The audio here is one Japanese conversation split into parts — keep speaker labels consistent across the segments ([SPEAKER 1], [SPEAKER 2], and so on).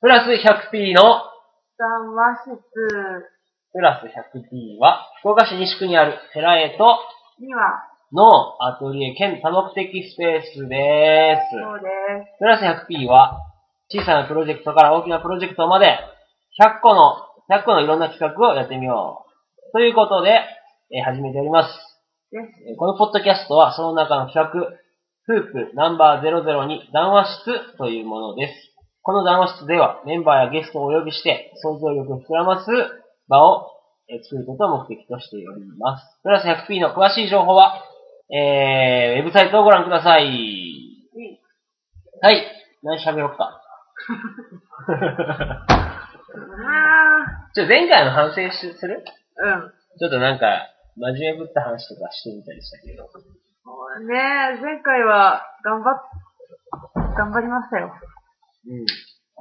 [SPEAKER 1] プラス 100p の、
[SPEAKER 2] 談話室
[SPEAKER 1] プラス 100p は、福岡市西区にある寺へと、
[SPEAKER 2] には、
[SPEAKER 1] のアトリエ兼多目的スペースで
[SPEAKER 2] そう
[SPEAKER 1] す。
[SPEAKER 2] です。
[SPEAKER 1] プラス 100p は、小さなプロジェクトから大きなプロジェクトまで、100個の、100個のいろんな企画をやってみよう。ということで、えー始めております。
[SPEAKER 2] です。
[SPEAKER 1] えーこのポッドキャストは、その中の企画、フープナンバー002談話室というものです。この談話室では、メンバーやゲストをお呼びして、想像力を膨らます場をえー作ることを目的としております。プラス 100p の詳しい情報は、えー、ウェブサイトをご覧ください。
[SPEAKER 2] い
[SPEAKER 1] はい。何喋ろうか。
[SPEAKER 2] あ
[SPEAKER 1] ちょ、前回の反省しする
[SPEAKER 2] ーうん。
[SPEAKER 1] ちょっとなんか、真面目ぶった話とかしてみたりしたけど。
[SPEAKER 2] そうね前回は、頑張っ、頑張りましたよ。
[SPEAKER 1] うん。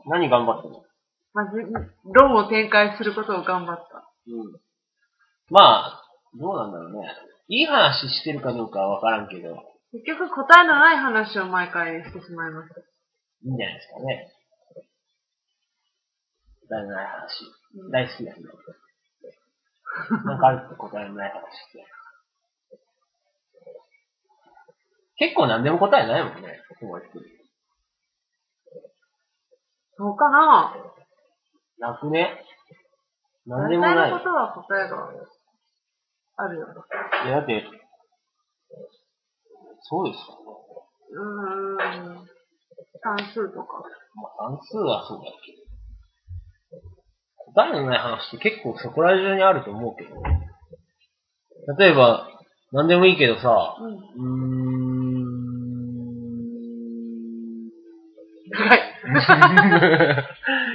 [SPEAKER 1] 何頑張ったの
[SPEAKER 2] まじ、論を展開することを頑張った。
[SPEAKER 1] うん。まあ、どうなんだろうね。いい話してるかどうかはわからんけど、
[SPEAKER 2] 結局答えのない話を毎回してしまいました。
[SPEAKER 1] いいんじゃないですかね。くだらない
[SPEAKER 2] うん
[SPEAKER 1] 話。大好きだけど。なんかあるって答えのない話って。結構何でも答えないもんね。ここまで来る
[SPEAKER 2] そうかな
[SPEAKER 1] なくね。何
[SPEAKER 2] 大
[SPEAKER 1] でも
[SPEAKER 2] 体
[SPEAKER 1] ない。
[SPEAKER 2] のことは答えがあるよ。
[SPEAKER 1] いや、だって、そうですか。
[SPEAKER 2] うーん。算数とか。
[SPEAKER 1] まあ、算数はそうだけど。答えのない話って結構そこら中にあると思うけど。例えば、何でもいいけどさ、
[SPEAKER 2] うん。
[SPEAKER 1] うーん。
[SPEAKER 2] 長い。
[SPEAKER 1] い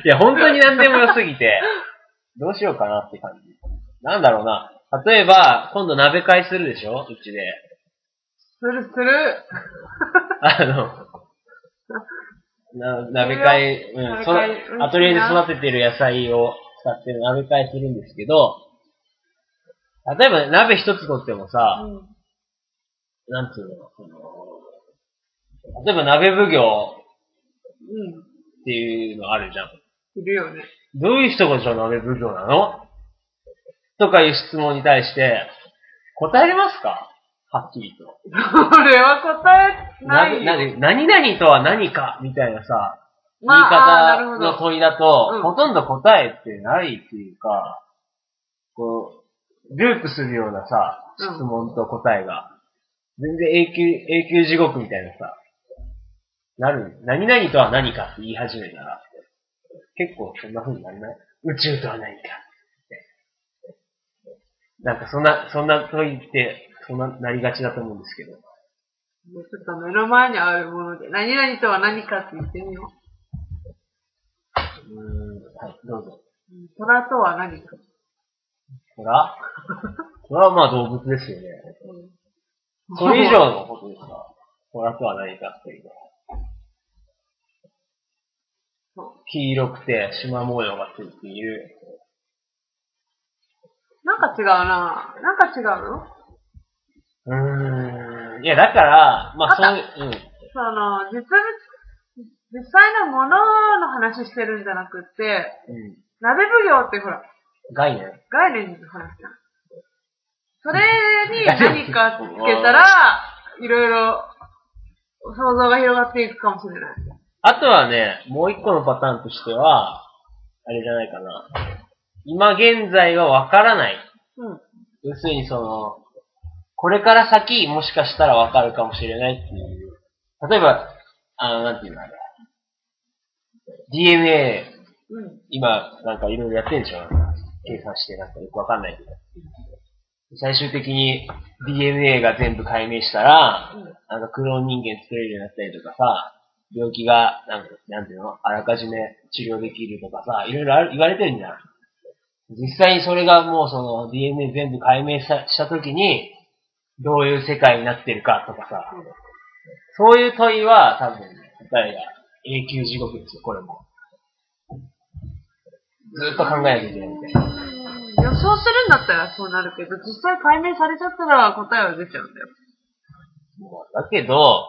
[SPEAKER 1] や、本当に何でも良すぎて、どうしようかなって感じ。なんだろうな。例えば、今度鍋会するでしょうちで。
[SPEAKER 2] するする。
[SPEAKER 1] あの、な鍋会、うん、そ
[SPEAKER 2] 鍋会うん
[SPEAKER 1] アトリエで育ててる野菜を使って鍋会するんですけど、例えば鍋一つとってもさ、
[SPEAKER 2] うん。
[SPEAKER 1] なんつうの、その例えば鍋奉行
[SPEAKER 2] うん。
[SPEAKER 1] っていうのあるじゃん。
[SPEAKER 2] いるよね。
[SPEAKER 1] どういう人がじゃあ鍋奉行なのとかいう質問に対して、答えれますかはっきりと。
[SPEAKER 2] それは答えな
[SPEAKER 1] ない
[SPEAKER 2] よ。
[SPEAKER 1] な何々とは何かみたいなさ、
[SPEAKER 2] まああー
[SPEAKER 1] 言い方
[SPEAKER 2] なる
[SPEAKER 1] の
[SPEAKER 2] ほど
[SPEAKER 1] 問いだと、
[SPEAKER 2] うん
[SPEAKER 1] ほとんど答えってないっていうか、こう、ループするようなさ、
[SPEAKER 2] うん
[SPEAKER 1] 質問と答えが、全然永久、永久地獄みたいなさ、なる、何々とは何かって言い始めたら、結構そんな風にならない宇宙とは何か。なんかそんな、そんな問いって、そんななりがちだと思うんですけど。
[SPEAKER 2] もうちょっと目の前にあるもので、何々とは何かって言ってみよう。
[SPEAKER 1] うーん、はい、どうぞ。
[SPEAKER 2] うん虎とは何か。
[SPEAKER 1] 虎虎はまあ動物ですよね。
[SPEAKER 2] うん
[SPEAKER 1] それ以上のことですか虎とは何かっていうのは
[SPEAKER 2] そ
[SPEAKER 1] 黄色くて縞模様がついている。
[SPEAKER 2] なんか違うななんか違うの
[SPEAKER 1] うーん。いや、だから、まあそういう、うん。
[SPEAKER 2] その、実物、実際のものの話してるんじゃなくって、
[SPEAKER 1] う
[SPEAKER 2] 鍋奉行ってほら、
[SPEAKER 1] ん。概念。
[SPEAKER 2] 概念の話じゃん。それに何かつけ たら、いろいろ想像が広がっていくかもしれない。
[SPEAKER 1] あとはね、もう一個のパターンとしては、あれじゃないかな。今現在はわからない。
[SPEAKER 2] うん。
[SPEAKER 1] 要するにその、これから先、もしかしたらわかるかもしれないっていう。例えば、あの、なんていうのあれ。DNA、
[SPEAKER 2] うん。
[SPEAKER 1] 今、なんかいろいろやってんでしょなんか計算して、なんかよくわかんないけど。最終的に DNA が全部解明したら、
[SPEAKER 2] うん
[SPEAKER 1] なんかクローン人間作れるようになったりとかさ、病気が、なんか、なんていうのあらかじめ治療できるとかさ、いろいろある言われてるんじゃん。実際にそれがもうその DNA 全部解明したした時に、どういう世界になってるかとかさ、
[SPEAKER 2] うん
[SPEAKER 1] そういう問いは多分、答えが永久地獄ですよ、これも。ずっと考えなきゃいけないみたいな。
[SPEAKER 2] 予想するんだったらそうなるけど、実際解明されちゃったら答えは出ちゃうんだよ。
[SPEAKER 1] もうだけど、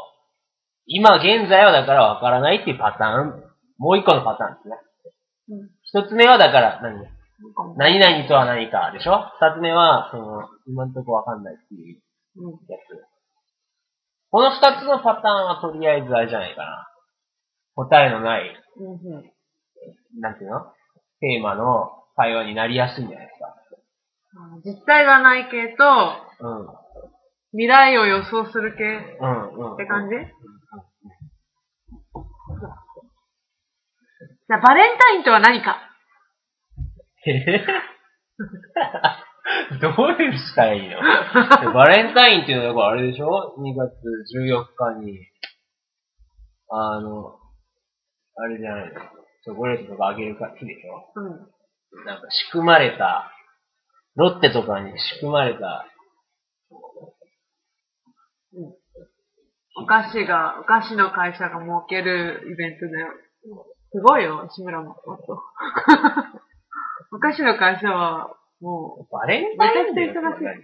[SPEAKER 1] 今現在はだからわからないっていうパターン、もう一個のパターンですね。一つ目はだから何、
[SPEAKER 2] なんかも
[SPEAKER 1] 何々とは何かでしょ二つ目は、その、今んとこわかんないっていう
[SPEAKER 2] ううん
[SPEAKER 1] やつ。この二つのパターンはとりあえずあれじゃないかな。答えのない、
[SPEAKER 2] うんうん
[SPEAKER 1] なんていうのテーマの会話になりやすいんじゃないです
[SPEAKER 2] あ実体がない系と、
[SPEAKER 1] か。うん。
[SPEAKER 2] 未来を予想する系
[SPEAKER 1] うんうん。
[SPEAKER 2] って感じじゃあ、バレンタインとは何か
[SPEAKER 1] えへ どういうしたらいいのバレンタインっていうのはだからあれでしょ ?2 月14日に、あの、あれじゃないのチョコレートとかあげるか日でしょ
[SPEAKER 2] うん。
[SPEAKER 1] なんか仕組まれた、ロッテとかに仕組まれた、
[SPEAKER 2] お菓子が、お菓子の会社が設けるイベントだよ。すごいよ、志村も。もっと お菓子の会社は、も
[SPEAKER 1] バレンタインデー
[SPEAKER 2] めちゃくちゃ忙し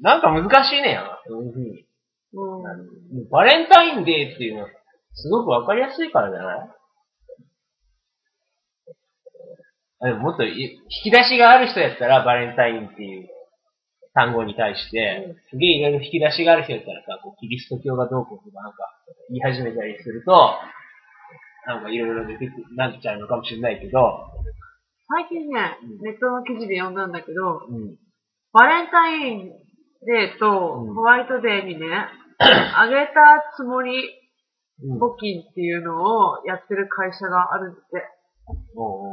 [SPEAKER 1] なんか難しいねやな、そういうふうに。
[SPEAKER 2] う、もう、
[SPEAKER 1] バレンタインデーっていうのは、すごくわかりやすいからじゃないあでももっとい引き出しがある人やったら、バレンタインっていう単語に対して、すげえいろいろ引き出しがある人やったらさ、こうキリスト教がどうこうとかなんか言い始めたりすると、なんかいろいろ出てくる、なっちゃうのかもしれないけど、
[SPEAKER 2] 最近ね、ネットの記事で読んだんだけど、
[SPEAKER 1] うん。
[SPEAKER 2] バレンタインデーと
[SPEAKER 1] うん
[SPEAKER 2] ホワイト デーにね、あげたつもり
[SPEAKER 1] うん。おう
[SPEAKER 2] 募金っていうのをやってる会社があるんだって。
[SPEAKER 1] おうおうおう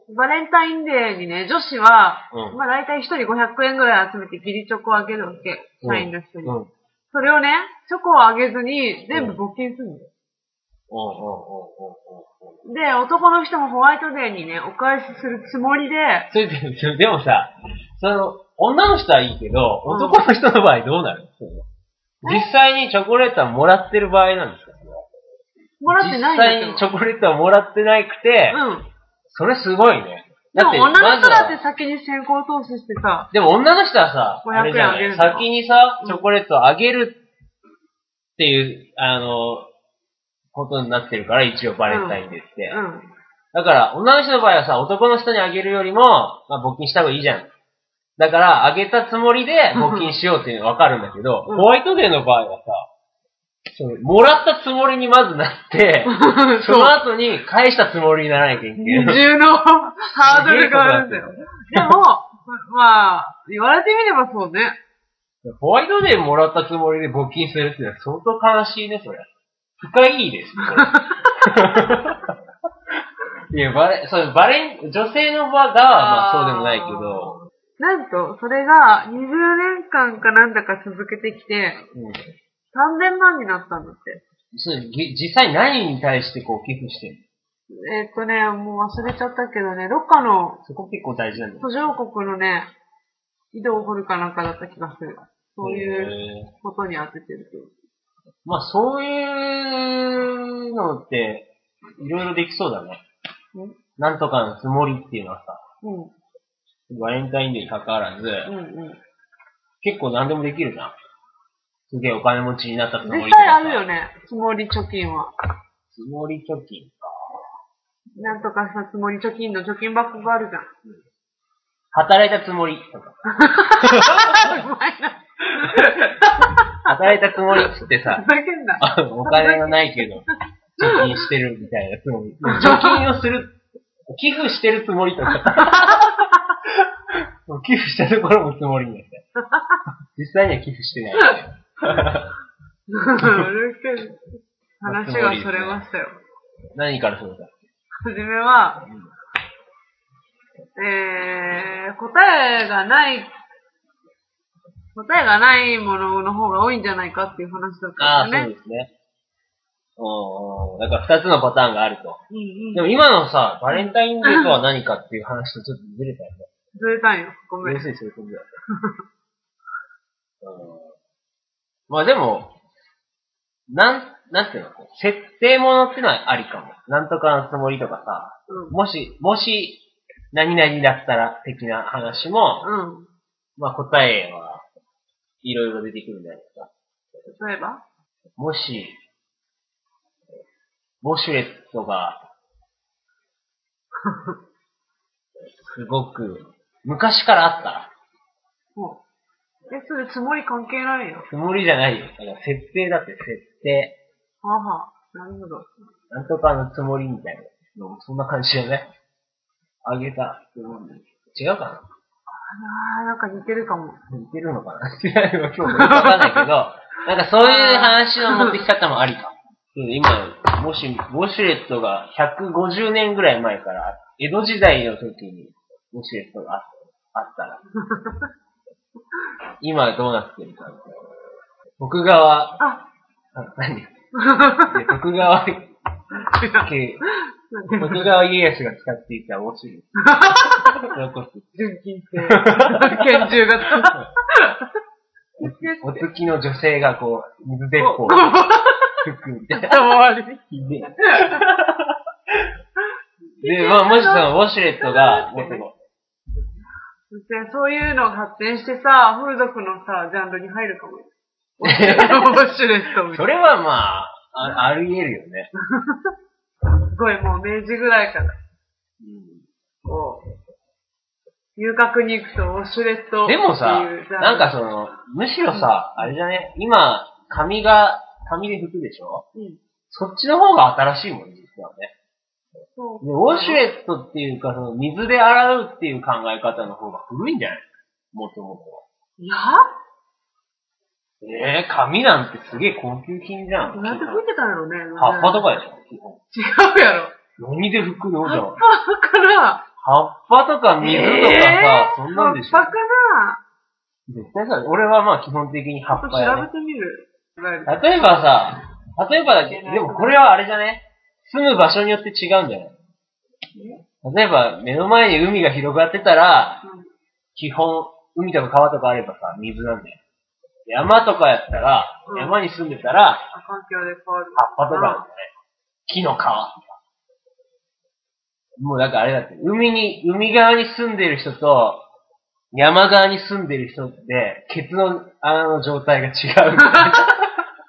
[SPEAKER 1] おう
[SPEAKER 2] バレンタインデーにね、女子は、
[SPEAKER 1] うん
[SPEAKER 2] まあ大体一人500円ぐらい集めてギリチョコをあげるわけ。社員の人に。
[SPEAKER 1] うん。
[SPEAKER 2] それをね、チョコをあげずに全部募金するの。
[SPEAKER 1] おうおうおうおうおうおう
[SPEAKER 2] で、男の人もホワイトデーにね、お返しするつもりで、
[SPEAKER 1] それ で、でもさ、その、女の人はいいけど、
[SPEAKER 2] うん
[SPEAKER 1] 男の人の場合どうなるの実際にチョコレートはもらってる場合なんですか
[SPEAKER 2] もらってないん
[SPEAKER 1] 実際
[SPEAKER 2] だ
[SPEAKER 1] に
[SPEAKER 2] け
[SPEAKER 1] チ
[SPEAKER 2] ど。
[SPEAKER 1] ョコレートはもらってなくて、
[SPEAKER 2] うん。
[SPEAKER 1] それすごいね。
[SPEAKER 2] で
[SPEAKER 1] だっ
[SPEAKER 2] も
[SPEAKER 1] て、
[SPEAKER 2] 女の
[SPEAKER 1] まず
[SPEAKER 2] 人だって
[SPEAKER 1] は、
[SPEAKER 2] 先に先行投資してさ、
[SPEAKER 1] でも女の人はさ、
[SPEAKER 2] 500
[SPEAKER 1] あれじゃな
[SPEAKER 2] あげる
[SPEAKER 1] い
[SPEAKER 2] んだ
[SPEAKER 1] 先にさ
[SPEAKER 2] う、ん
[SPEAKER 1] チョコレートをあげるっていう、あの、ことになってるから、一応バレンタインデーって。
[SPEAKER 2] うん。
[SPEAKER 1] だから、女の人の場合はさ、男の人にあげるよりも、まあ、募金した方がいいじゃん。だから、あげたつもりで募金しようっていうのはわかるんだけど、
[SPEAKER 2] うん
[SPEAKER 1] ホワイトデーの場合はさ、そのもらったつもりにまずな って、その後に返したつもりにならなきゃいけ
[SPEAKER 2] 二
[SPEAKER 1] ない。
[SPEAKER 2] 重のハードルがあるんだよ。でも、まあ、言われてみればそうね。
[SPEAKER 1] ホワイトデーもらったつもりで募金するっていうのは相当悲しいね、それ。深いです ね。いや、バレ、そう、バレン、女性の場が、まあそうでもないけど、
[SPEAKER 2] なんと、それが20年間かなんだか続けてきて、
[SPEAKER 1] うん
[SPEAKER 2] 3000万になったんだって。
[SPEAKER 1] それぎ実際何に対してこう寄付してるの
[SPEAKER 2] えーっとね、もう忘れちゃったけどね、どっかの
[SPEAKER 1] そこ結構大事なんだよ。
[SPEAKER 2] 途上国のね、井戸を掘るかなんかだった気がする。そうい
[SPEAKER 1] へ
[SPEAKER 2] う
[SPEAKER 1] ー
[SPEAKER 2] ことに当ててるけど。
[SPEAKER 1] まあそういうのって、いろいろできそうだね。
[SPEAKER 2] うん
[SPEAKER 1] なんとかのつもりっていうのはさ、
[SPEAKER 2] うん、
[SPEAKER 1] バレンタインデーに関わらず、
[SPEAKER 2] うん、うん。
[SPEAKER 1] 結構何でもできるじゃん。すげえお金持ちになったつもりと
[SPEAKER 2] 実
[SPEAKER 1] か
[SPEAKER 2] 際
[SPEAKER 1] さ
[SPEAKER 2] あるよ。ね、つもり貯金は。
[SPEAKER 1] つもり貯金。
[SPEAKER 2] なんとかしたつもり貯金の貯金箱が あるじゃん。
[SPEAKER 1] 働いたつもりとか。
[SPEAKER 2] うまいな。
[SPEAKER 1] 働いたつもりっつってさ
[SPEAKER 2] ふ、ざけんな。
[SPEAKER 1] あのお金がないけど、貯金してるみたいなつも り。貯金をする、寄付してるつもりとか。 もう寄付したところもつもりに なって。実際には寄付してない。
[SPEAKER 2] ふざけんな話がそれましたよ。
[SPEAKER 1] 何からそうだ
[SPEAKER 2] はじめは、えー、答えがない、答えがないものの方が多いんじゃないかっていう話だった
[SPEAKER 1] ああ、
[SPEAKER 2] んだ
[SPEAKER 1] そ
[SPEAKER 2] よ
[SPEAKER 1] う
[SPEAKER 2] ね。
[SPEAKER 1] ですね。おーだから二つのパターンがあると。
[SPEAKER 2] うんうん
[SPEAKER 1] で。も今のさ、バレンタインデーとは何かっていう話とちょっとずれたよね。
[SPEAKER 2] ずれたんよ。ごめん
[SPEAKER 1] 要。するにそういうことだよね。うん まあでも、なん、なんていうの設定ものってのはありかも。なんとかのつもりとかさ、
[SPEAKER 2] うん。
[SPEAKER 1] もし、もし、何々だったら的な話も、
[SPEAKER 2] うん。
[SPEAKER 1] まあ答えはいろいろ出てくるんじゃないですか。
[SPEAKER 2] 例えば
[SPEAKER 1] もし、 ウォシュレットが、すごく、昔からあったら。
[SPEAKER 2] もう。え、それつもり関係ないよ。
[SPEAKER 1] つもりじゃないよ。だから設定だって設定。
[SPEAKER 2] はあはあ。なるほど。
[SPEAKER 1] なんとかのつもりみたいな。でもそんな感じよね。あげたつもり。違うか
[SPEAKER 2] あーなんか似てるかも。
[SPEAKER 1] な似てるのかな違うよ。今日わかんないけど、なんかそういう話の持ってき方もありかも。うん今、もし、ウォシュレットが150年ぐらい前から、江戸時代の時にウォシュレットがああったら、今どうなってるか。徳川、あ
[SPEAKER 2] あ
[SPEAKER 1] 何で徳川家、徳川家康が使っていたウォシュレット。それこそ
[SPEAKER 2] 純金製。 拳銃型。
[SPEAKER 1] お付きの女性がこう、水鉄砲を吹くみた いな。
[SPEAKER 2] 回り。
[SPEAKER 1] で、まあ、もしそのウォシュレットが、もっとこ
[SPEAKER 2] でそういうのが発展してさ、風俗のさ、ジャンルに入るかも。 ウォシュレット
[SPEAKER 1] う
[SPEAKER 2] みた
[SPEAKER 1] そ
[SPEAKER 2] い
[SPEAKER 1] れはまあ、ああり得るよね。
[SPEAKER 2] な。すごい、もう明治ぐらいから、こう、遊郭に行くとウォシュレットって
[SPEAKER 1] で
[SPEAKER 2] いう
[SPEAKER 1] もさ、
[SPEAKER 2] ジャンル
[SPEAKER 1] なんかその、むしろさ、あれじゃね、今、紙が、紙で拭くでしょ
[SPEAKER 2] うん、
[SPEAKER 1] そっちの方が新しいもんね、実はね。
[SPEAKER 2] そう
[SPEAKER 1] でウォシュレットっていうか、その、水で洗うっていう考え方の方が古いんじゃないもともとは。
[SPEAKER 2] いや
[SPEAKER 1] ええ紙なんてすげえ高級品じゃん。
[SPEAKER 2] どうやって吹いてたんやろうね。
[SPEAKER 1] 葉っぱとかでしょ基本
[SPEAKER 2] 違うやろ。
[SPEAKER 1] 何で拭くのじゃん。
[SPEAKER 2] だから、
[SPEAKER 1] 葉っぱとか水とかさ、
[SPEAKER 2] えー
[SPEAKER 1] そんなんでしょ
[SPEAKER 2] 葉っぱかな
[SPEAKER 1] 絶対さ、俺はまあ基本的に葉
[SPEAKER 2] ちょ
[SPEAKER 1] っ
[SPEAKER 2] っと
[SPEAKER 1] ぱやね
[SPEAKER 2] 調。べてみる。
[SPEAKER 1] 例えばさ、例えばだけど、でもこれはあれじゃね住む場所によって違うんじゃない例えば、目の前に海が広がってたら、
[SPEAKER 2] うん
[SPEAKER 1] 基本、海とか川とかあればさ、水なんだよ。山とかやったら、
[SPEAKER 2] うん
[SPEAKER 1] 山に住んでたら、
[SPEAKER 2] あ環境で変わる。
[SPEAKER 1] 葉っぱとかあるんじゃない木の皮とか。もうなんかあれだって、海に、海側に住んでる人と、山側に住んでる人で、血の穴の状態が違う。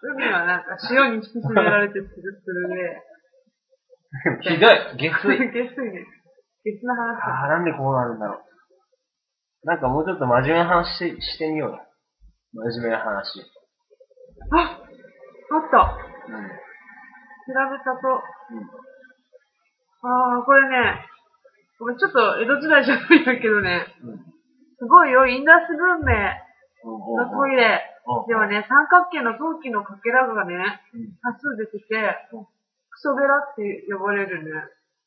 [SPEAKER 2] 海はなんか塩に引き締められてツルツル
[SPEAKER 1] ひどい。下水。
[SPEAKER 2] で。下水ね。下水の話だ。
[SPEAKER 1] ああ、なんでこうなるんだろう。なんかもうちょっと真面目な話ししてみようよ。真面目な話。
[SPEAKER 2] ああった
[SPEAKER 1] うん。
[SPEAKER 2] 調べたと。ああ、これね。ごめん、ちょっと江戸時代じゃないんだけどね。
[SPEAKER 1] うん。うん。
[SPEAKER 2] すごいよ、インダス文明
[SPEAKER 1] うん。
[SPEAKER 2] のトイレ。では
[SPEAKER 1] ね。
[SPEAKER 2] ね、三角形の陶器のかけらがね、
[SPEAKER 1] うん
[SPEAKER 2] 多数出てて、クソベラって呼ばれるね。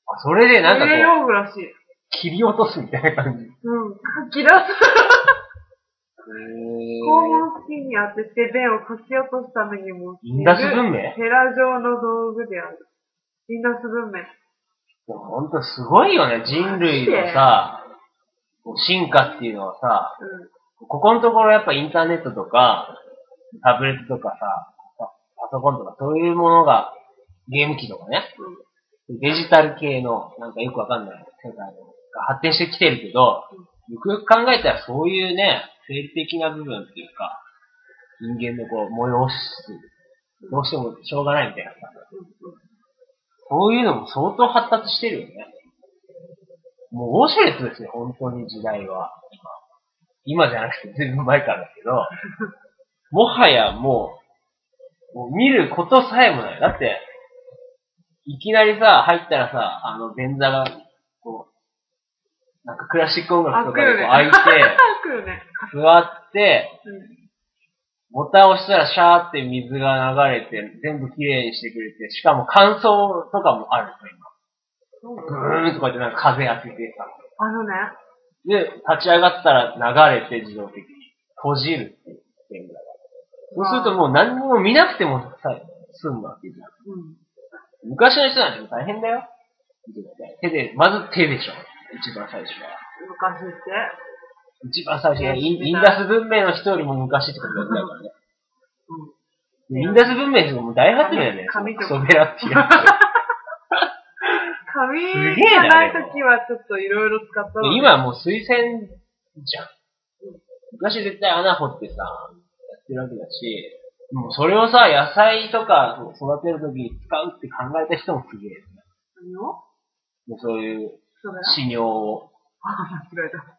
[SPEAKER 1] あ、それでなんか
[SPEAKER 2] トイレ
[SPEAKER 1] こう、
[SPEAKER 2] 用具らしい。
[SPEAKER 1] 切り落とすみたいな感じ。へ
[SPEAKER 2] うん、かき出す。
[SPEAKER 1] ー。
[SPEAKER 2] 肛門付近に当てて便をかき落とすためにも
[SPEAKER 1] インダス文明
[SPEAKER 2] ヘラ状の道具である。インダス文明。
[SPEAKER 1] でもほんとすごいよね、人類のさ、こう進化っていうのはさ、
[SPEAKER 2] うん。
[SPEAKER 1] ここのところやっぱインターネットとか、タブレットとかさ、パパソコンとかそういうものが、ゲーム機とかね、
[SPEAKER 2] うん
[SPEAKER 1] デジタル系の、なんかよくわかんない世界が発展してきてるけど、よくよく考えたらそういうね、生理的な部分っていうか、人間のこう、催し、どうしてもしょうがないみたいなさ、そういうのも相当発達してるよね。もうウォシュレットですよ、本当に時代は。今。今じゃなくて、ずいぶん前からだけど、もはやもう、もう見ることさえもない。だって、いきなりさ、入ったらさ、あの、便座が、こう、なんかクラシック音楽とかでこう
[SPEAKER 2] あ
[SPEAKER 1] 開いて、
[SPEAKER 2] 来るね。
[SPEAKER 1] 座って、
[SPEAKER 2] うん
[SPEAKER 1] ボタンを押したらシャーって水が流れて、全部きれいにしてくれて、しかも乾燥とかもあるの今。ブーンとかってなんか風当ててさ。
[SPEAKER 2] あのね、
[SPEAKER 1] で、立ち上がったら流れて自動的に閉じるっていう点ぐらいだそうするともう何も見なくてもさ、済むわけじゃん。
[SPEAKER 2] うん。
[SPEAKER 1] 昔の人なんてもう大変だよ。絶対手で、まず手でしょ。一番最初は。
[SPEAKER 2] 昔って。
[SPEAKER 1] 一番最初はイン
[SPEAKER 2] ね
[SPEAKER 1] インダス文明の人よりも昔ってことだったからね。
[SPEAKER 2] うん。
[SPEAKER 1] インダス文明ってもう大発明だよね。
[SPEAKER 2] 紙
[SPEAKER 1] ク
[SPEAKER 2] 紙と
[SPEAKER 1] ソベ
[SPEAKER 2] か
[SPEAKER 1] ラってやつ。
[SPEAKER 2] 紙
[SPEAKER 1] すげえな
[SPEAKER 2] がない時はちょっといろいろ使ったの。
[SPEAKER 1] 今はもう水洗じゃん。昔絶対穴掘ってさ、やってるわけだし、もうそれをさ、野菜とか育てるときに使うって考えた人もすげえよね。
[SPEAKER 2] 何を
[SPEAKER 1] もうそういう
[SPEAKER 2] そうだよ。
[SPEAKER 1] 死尿を
[SPEAKER 2] あ、間違えた。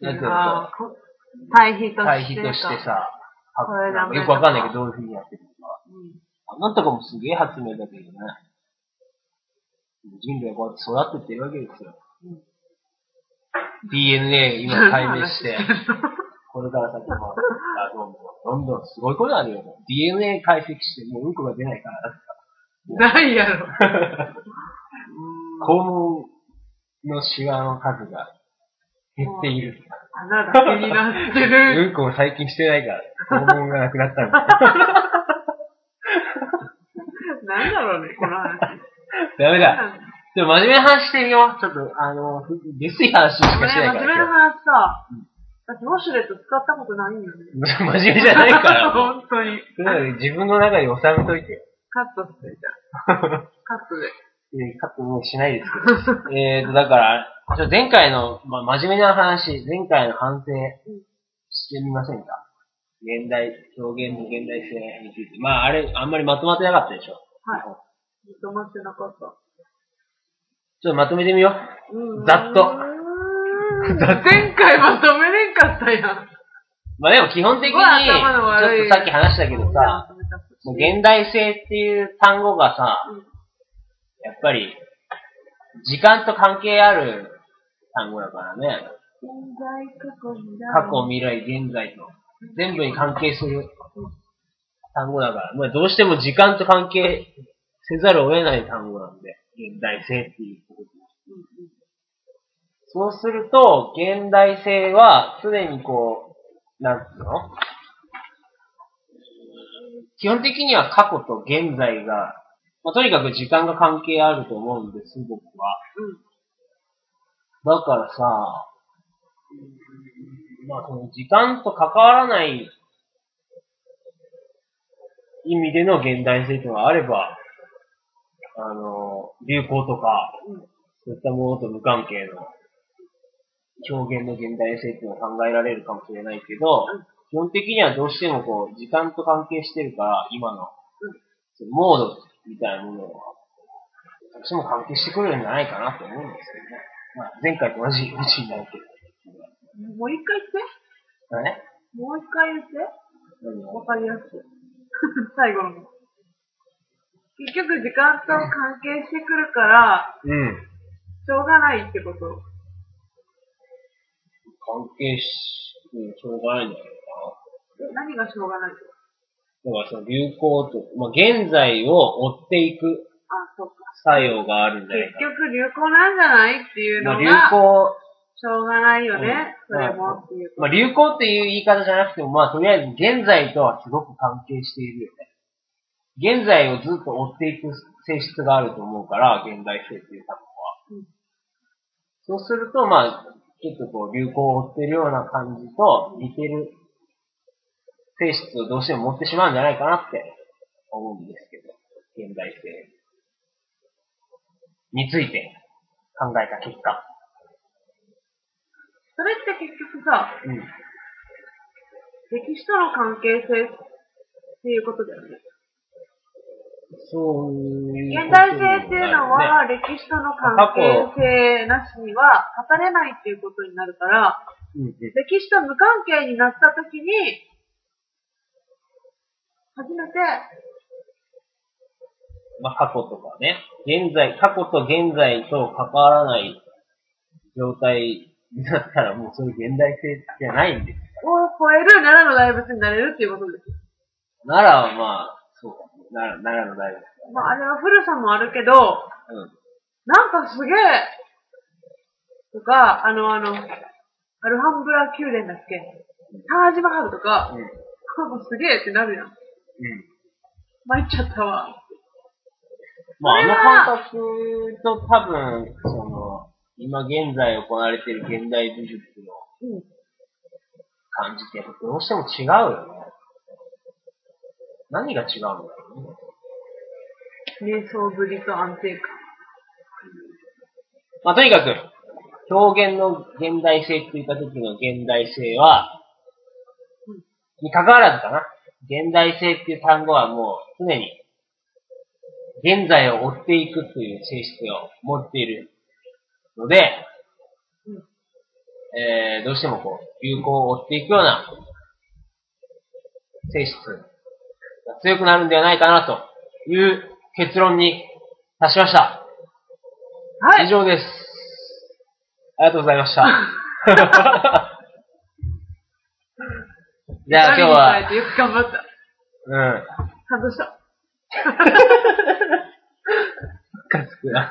[SPEAKER 1] 少なくとも
[SPEAKER 2] あーこ対比としてか。
[SPEAKER 1] 対比としてさ、発
[SPEAKER 2] これダメだ
[SPEAKER 1] よくわかんないけど、どういう風にやってるのか。
[SPEAKER 2] うん。
[SPEAKER 1] あのとこもすげえ発明だけどね。人類はこうやって育ってってるわけですよ。
[SPEAKER 2] うん
[SPEAKER 1] DNA 今解明して、これから先も、あどうもどんどんすごいことあるよ、ね。DNA 解析して、もううんこが出ないから、
[SPEAKER 2] ないやろ。うん
[SPEAKER 1] 肛門のシワの数が減っている。
[SPEAKER 2] 穴だけになってる。
[SPEAKER 1] うんこを最近してないから、肛門がなくなったんだ。
[SPEAKER 2] なんだろうね、こ の話。
[SPEAKER 1] ダメだ。でも真面目な話してみよう。ちょっと、あの、ふ下水話しかしない
[SPEAKER 2] 俺、真
[SPEAKER 1] か
[SPEAKER 2] 面目な
[SPEAKER 1] ら。
[SPEAKER 2] 話さ、私、ウォシュレット使ったことないんよね。
[SPEAKER 1] 今日 真面目じゃないから。 もう
[SPEAKER 2] 本当に。
[SPEAKER 1] そういうの自分の中に収めといて。
[SPEAKER 2] カットしていた。 カットで。
[SPEAKER 1] えーカットもうしないですけど。えーと、だから、ちょっと前回の、まあ、真面目な話、前回の反省してみませんか現代、表現の現代性について。まあ、あれ、あんまりまとまってなかったでしょ。
[SPEAKER 2] はい。止まってなかった。
[SPEAKER 1] ちょっとまとめてみよう。
[SPEAKER 2] うん
[SPEAKER 1] ざっと
[SPEAKER 2] うーん
[SPEAKER 1] ざっと
[SPEAKER 2] 前回まとめれんかったやん。
[SPEAKER 1] まあでも基本的に、ちょ
[SPEAKER 2] うわ頭の悪い
[SPEAKER 1] っとさっき話したけどさ、もう現代性っていう単語がさ、やっぱり、時間と関係ある単語だからね。過
[SPEAKER 2] 過
[SPEAKER 1] 去、未来、現在と、全部に関係する単語だから、まあどうしても時間と関係せざるを得ない単語なんで、現代性っていうことでそうすると、現代性は常にこう、なんつうの基本的には過去と現在が、まあ、とにかく時間が関係あると思うんです、僕は。だからさ、まあ、その時間と関わらない意味での現代性というのがあれば、あの、流行とか、
[SPEAKER 2] うん
[SPEAKER 1] そういったものと無関係の表現の現代性っていうのを考えられるかもしれないけど、
[SPEAKER 2] うん
[SPEAKER 1] 基本的にはどうしてもこう、時間と関係してるから、今の、そのモードみたいなものは、どうしても関係してくるんじゃないかなと思うんですけどね。まあ、前回と同じうちになるけど。
[SPEAKER 2] うんもう一回言
[SPEAKER 1] ね
[SPEAKER 2] って。も
[SPEAKER 1] 何
[SPEAKER 2] う一回言って。わ
[SPEAKER 1] を
[SPEAKER 2] かりやすい。 最後の。結局時間と関係してくるから、
[SPEAKER 1] うん。
[SPEAKER 2] しょうがないってこと。
[SPEAKER 1] 関係し、うん、しょうがないんだろ
[SPEAKER 2] 何がしょうがないの
[SPEAKER 1] うな。だからその流行と、まあ、現在を追っていく
[SPEAKER 2] あ、そうか。
[SPEAKER 1] 作用があるんじゃない
[SPEAKER 2] 結
[SPEAKER 1] か
[SPEAKER 2] 局流行なんじゃないっていう
[SPEAKER 1] な。ま
[SPEAKER 2] の
[SPEAKER 1] あ、流
[SPEAKER 2] が、
[SPEAKER 1] 行、
[SPEAKER 2] しょうがないよね。
[SPEAKER 1] うん
[SPEAKER 2] それもっていうこと。
[SPEAKER 1] まあ、流行っていう言い方じゃなくても、まあ、とりあえず現在とはすごく関係しているよね。現在をずっと追っていく性質があると思うから、現代性っていう単
[SPEAKER 2] う
[SPEAKER 1] 語
[SPEAKER 2] ん
[SPEAKER 1] は。そうすると、まあ、ちょっとこう、流行を追ってるような感じと似てる性質をどうしても持ってしまうんじゃないかなって思うんですけど、現代性について考えた結果。
[SPEAKER 2] それって結局さ、
[SPEAKER 1] うん。
[SPEAKER 2] 歴史との関係性っていうことだよね。
[SPEAKER 1] そういう
[SPEAKER 2] 現
[SPEAKER 1] ことに
[SPEAKER 2] 代
[SPEAKER 1] もなるよね。
[SPEAKER 2] 性っていうのは、歴史との関係性なしには語れないっていうことになるから、
[SPEAKER 1] うんうん
[SPEAKER 2] 歴史と無関係になった時に、初めて、
[SPEAKER 1] まあ、過去とかね、現在、過去と現在と関わらない状態になったら、もうそういう現代性じゃないんです。
[SPEAKER 2] を超える奈良の大仏になれるっていうことです。
[SPEAKER 1] なら、まあ、そうか、奈良奈良の大学。
[SPEAKER 2] まあ、あれは古さもあるけど、
[SPEAKER 1] うん。
[SPEAKER 2] なんかすげえとか、あの、あの、アルハンブラ宮殿だっけタージマハルとか、
[SPEAKER 1] うん。うん。
[SPEAKER 2] なんかすげえってなるやん。参っちゃったわ。
[SPEAKER 1] まあ、
[SPEAKER 2] それは
[SPEAKER 1] あの感覚と多分、その、今現在行われている現代美術の
[SPEAKER 2] うん。
[SPEAKER 1] 感じって、やっぱどうしても違うよね。何が違うんだろうね。
[SPEAKER 2] 瞑想ぶりと安定感。
[SPEAKER 1] まあ、とにかく、表現の現代性って言った時の現代性は、に関わらずかな。現代性っていう単語はもう常に、現在を追っていくという性質を持っているので、
[SPEAKER 2] うん
[SPEAKER 1] えー、どうしてもこう、流行を追っていくような、性質が強くなるんではないかな、という結論に達しました。
[SPEAKER 2] はい
[SPEAKER 1] 以。上です。ありがとうございました。 じゃあ今日
[SPEAKER 2] 痛いに耐え
[SPEAKER 1] は、
[SPEAKER 2] てよく頑張った。
[SPEAKER 1] うん。
[SPEAKER 2] 感動した。
[SPEAKER 1] ムカつくな。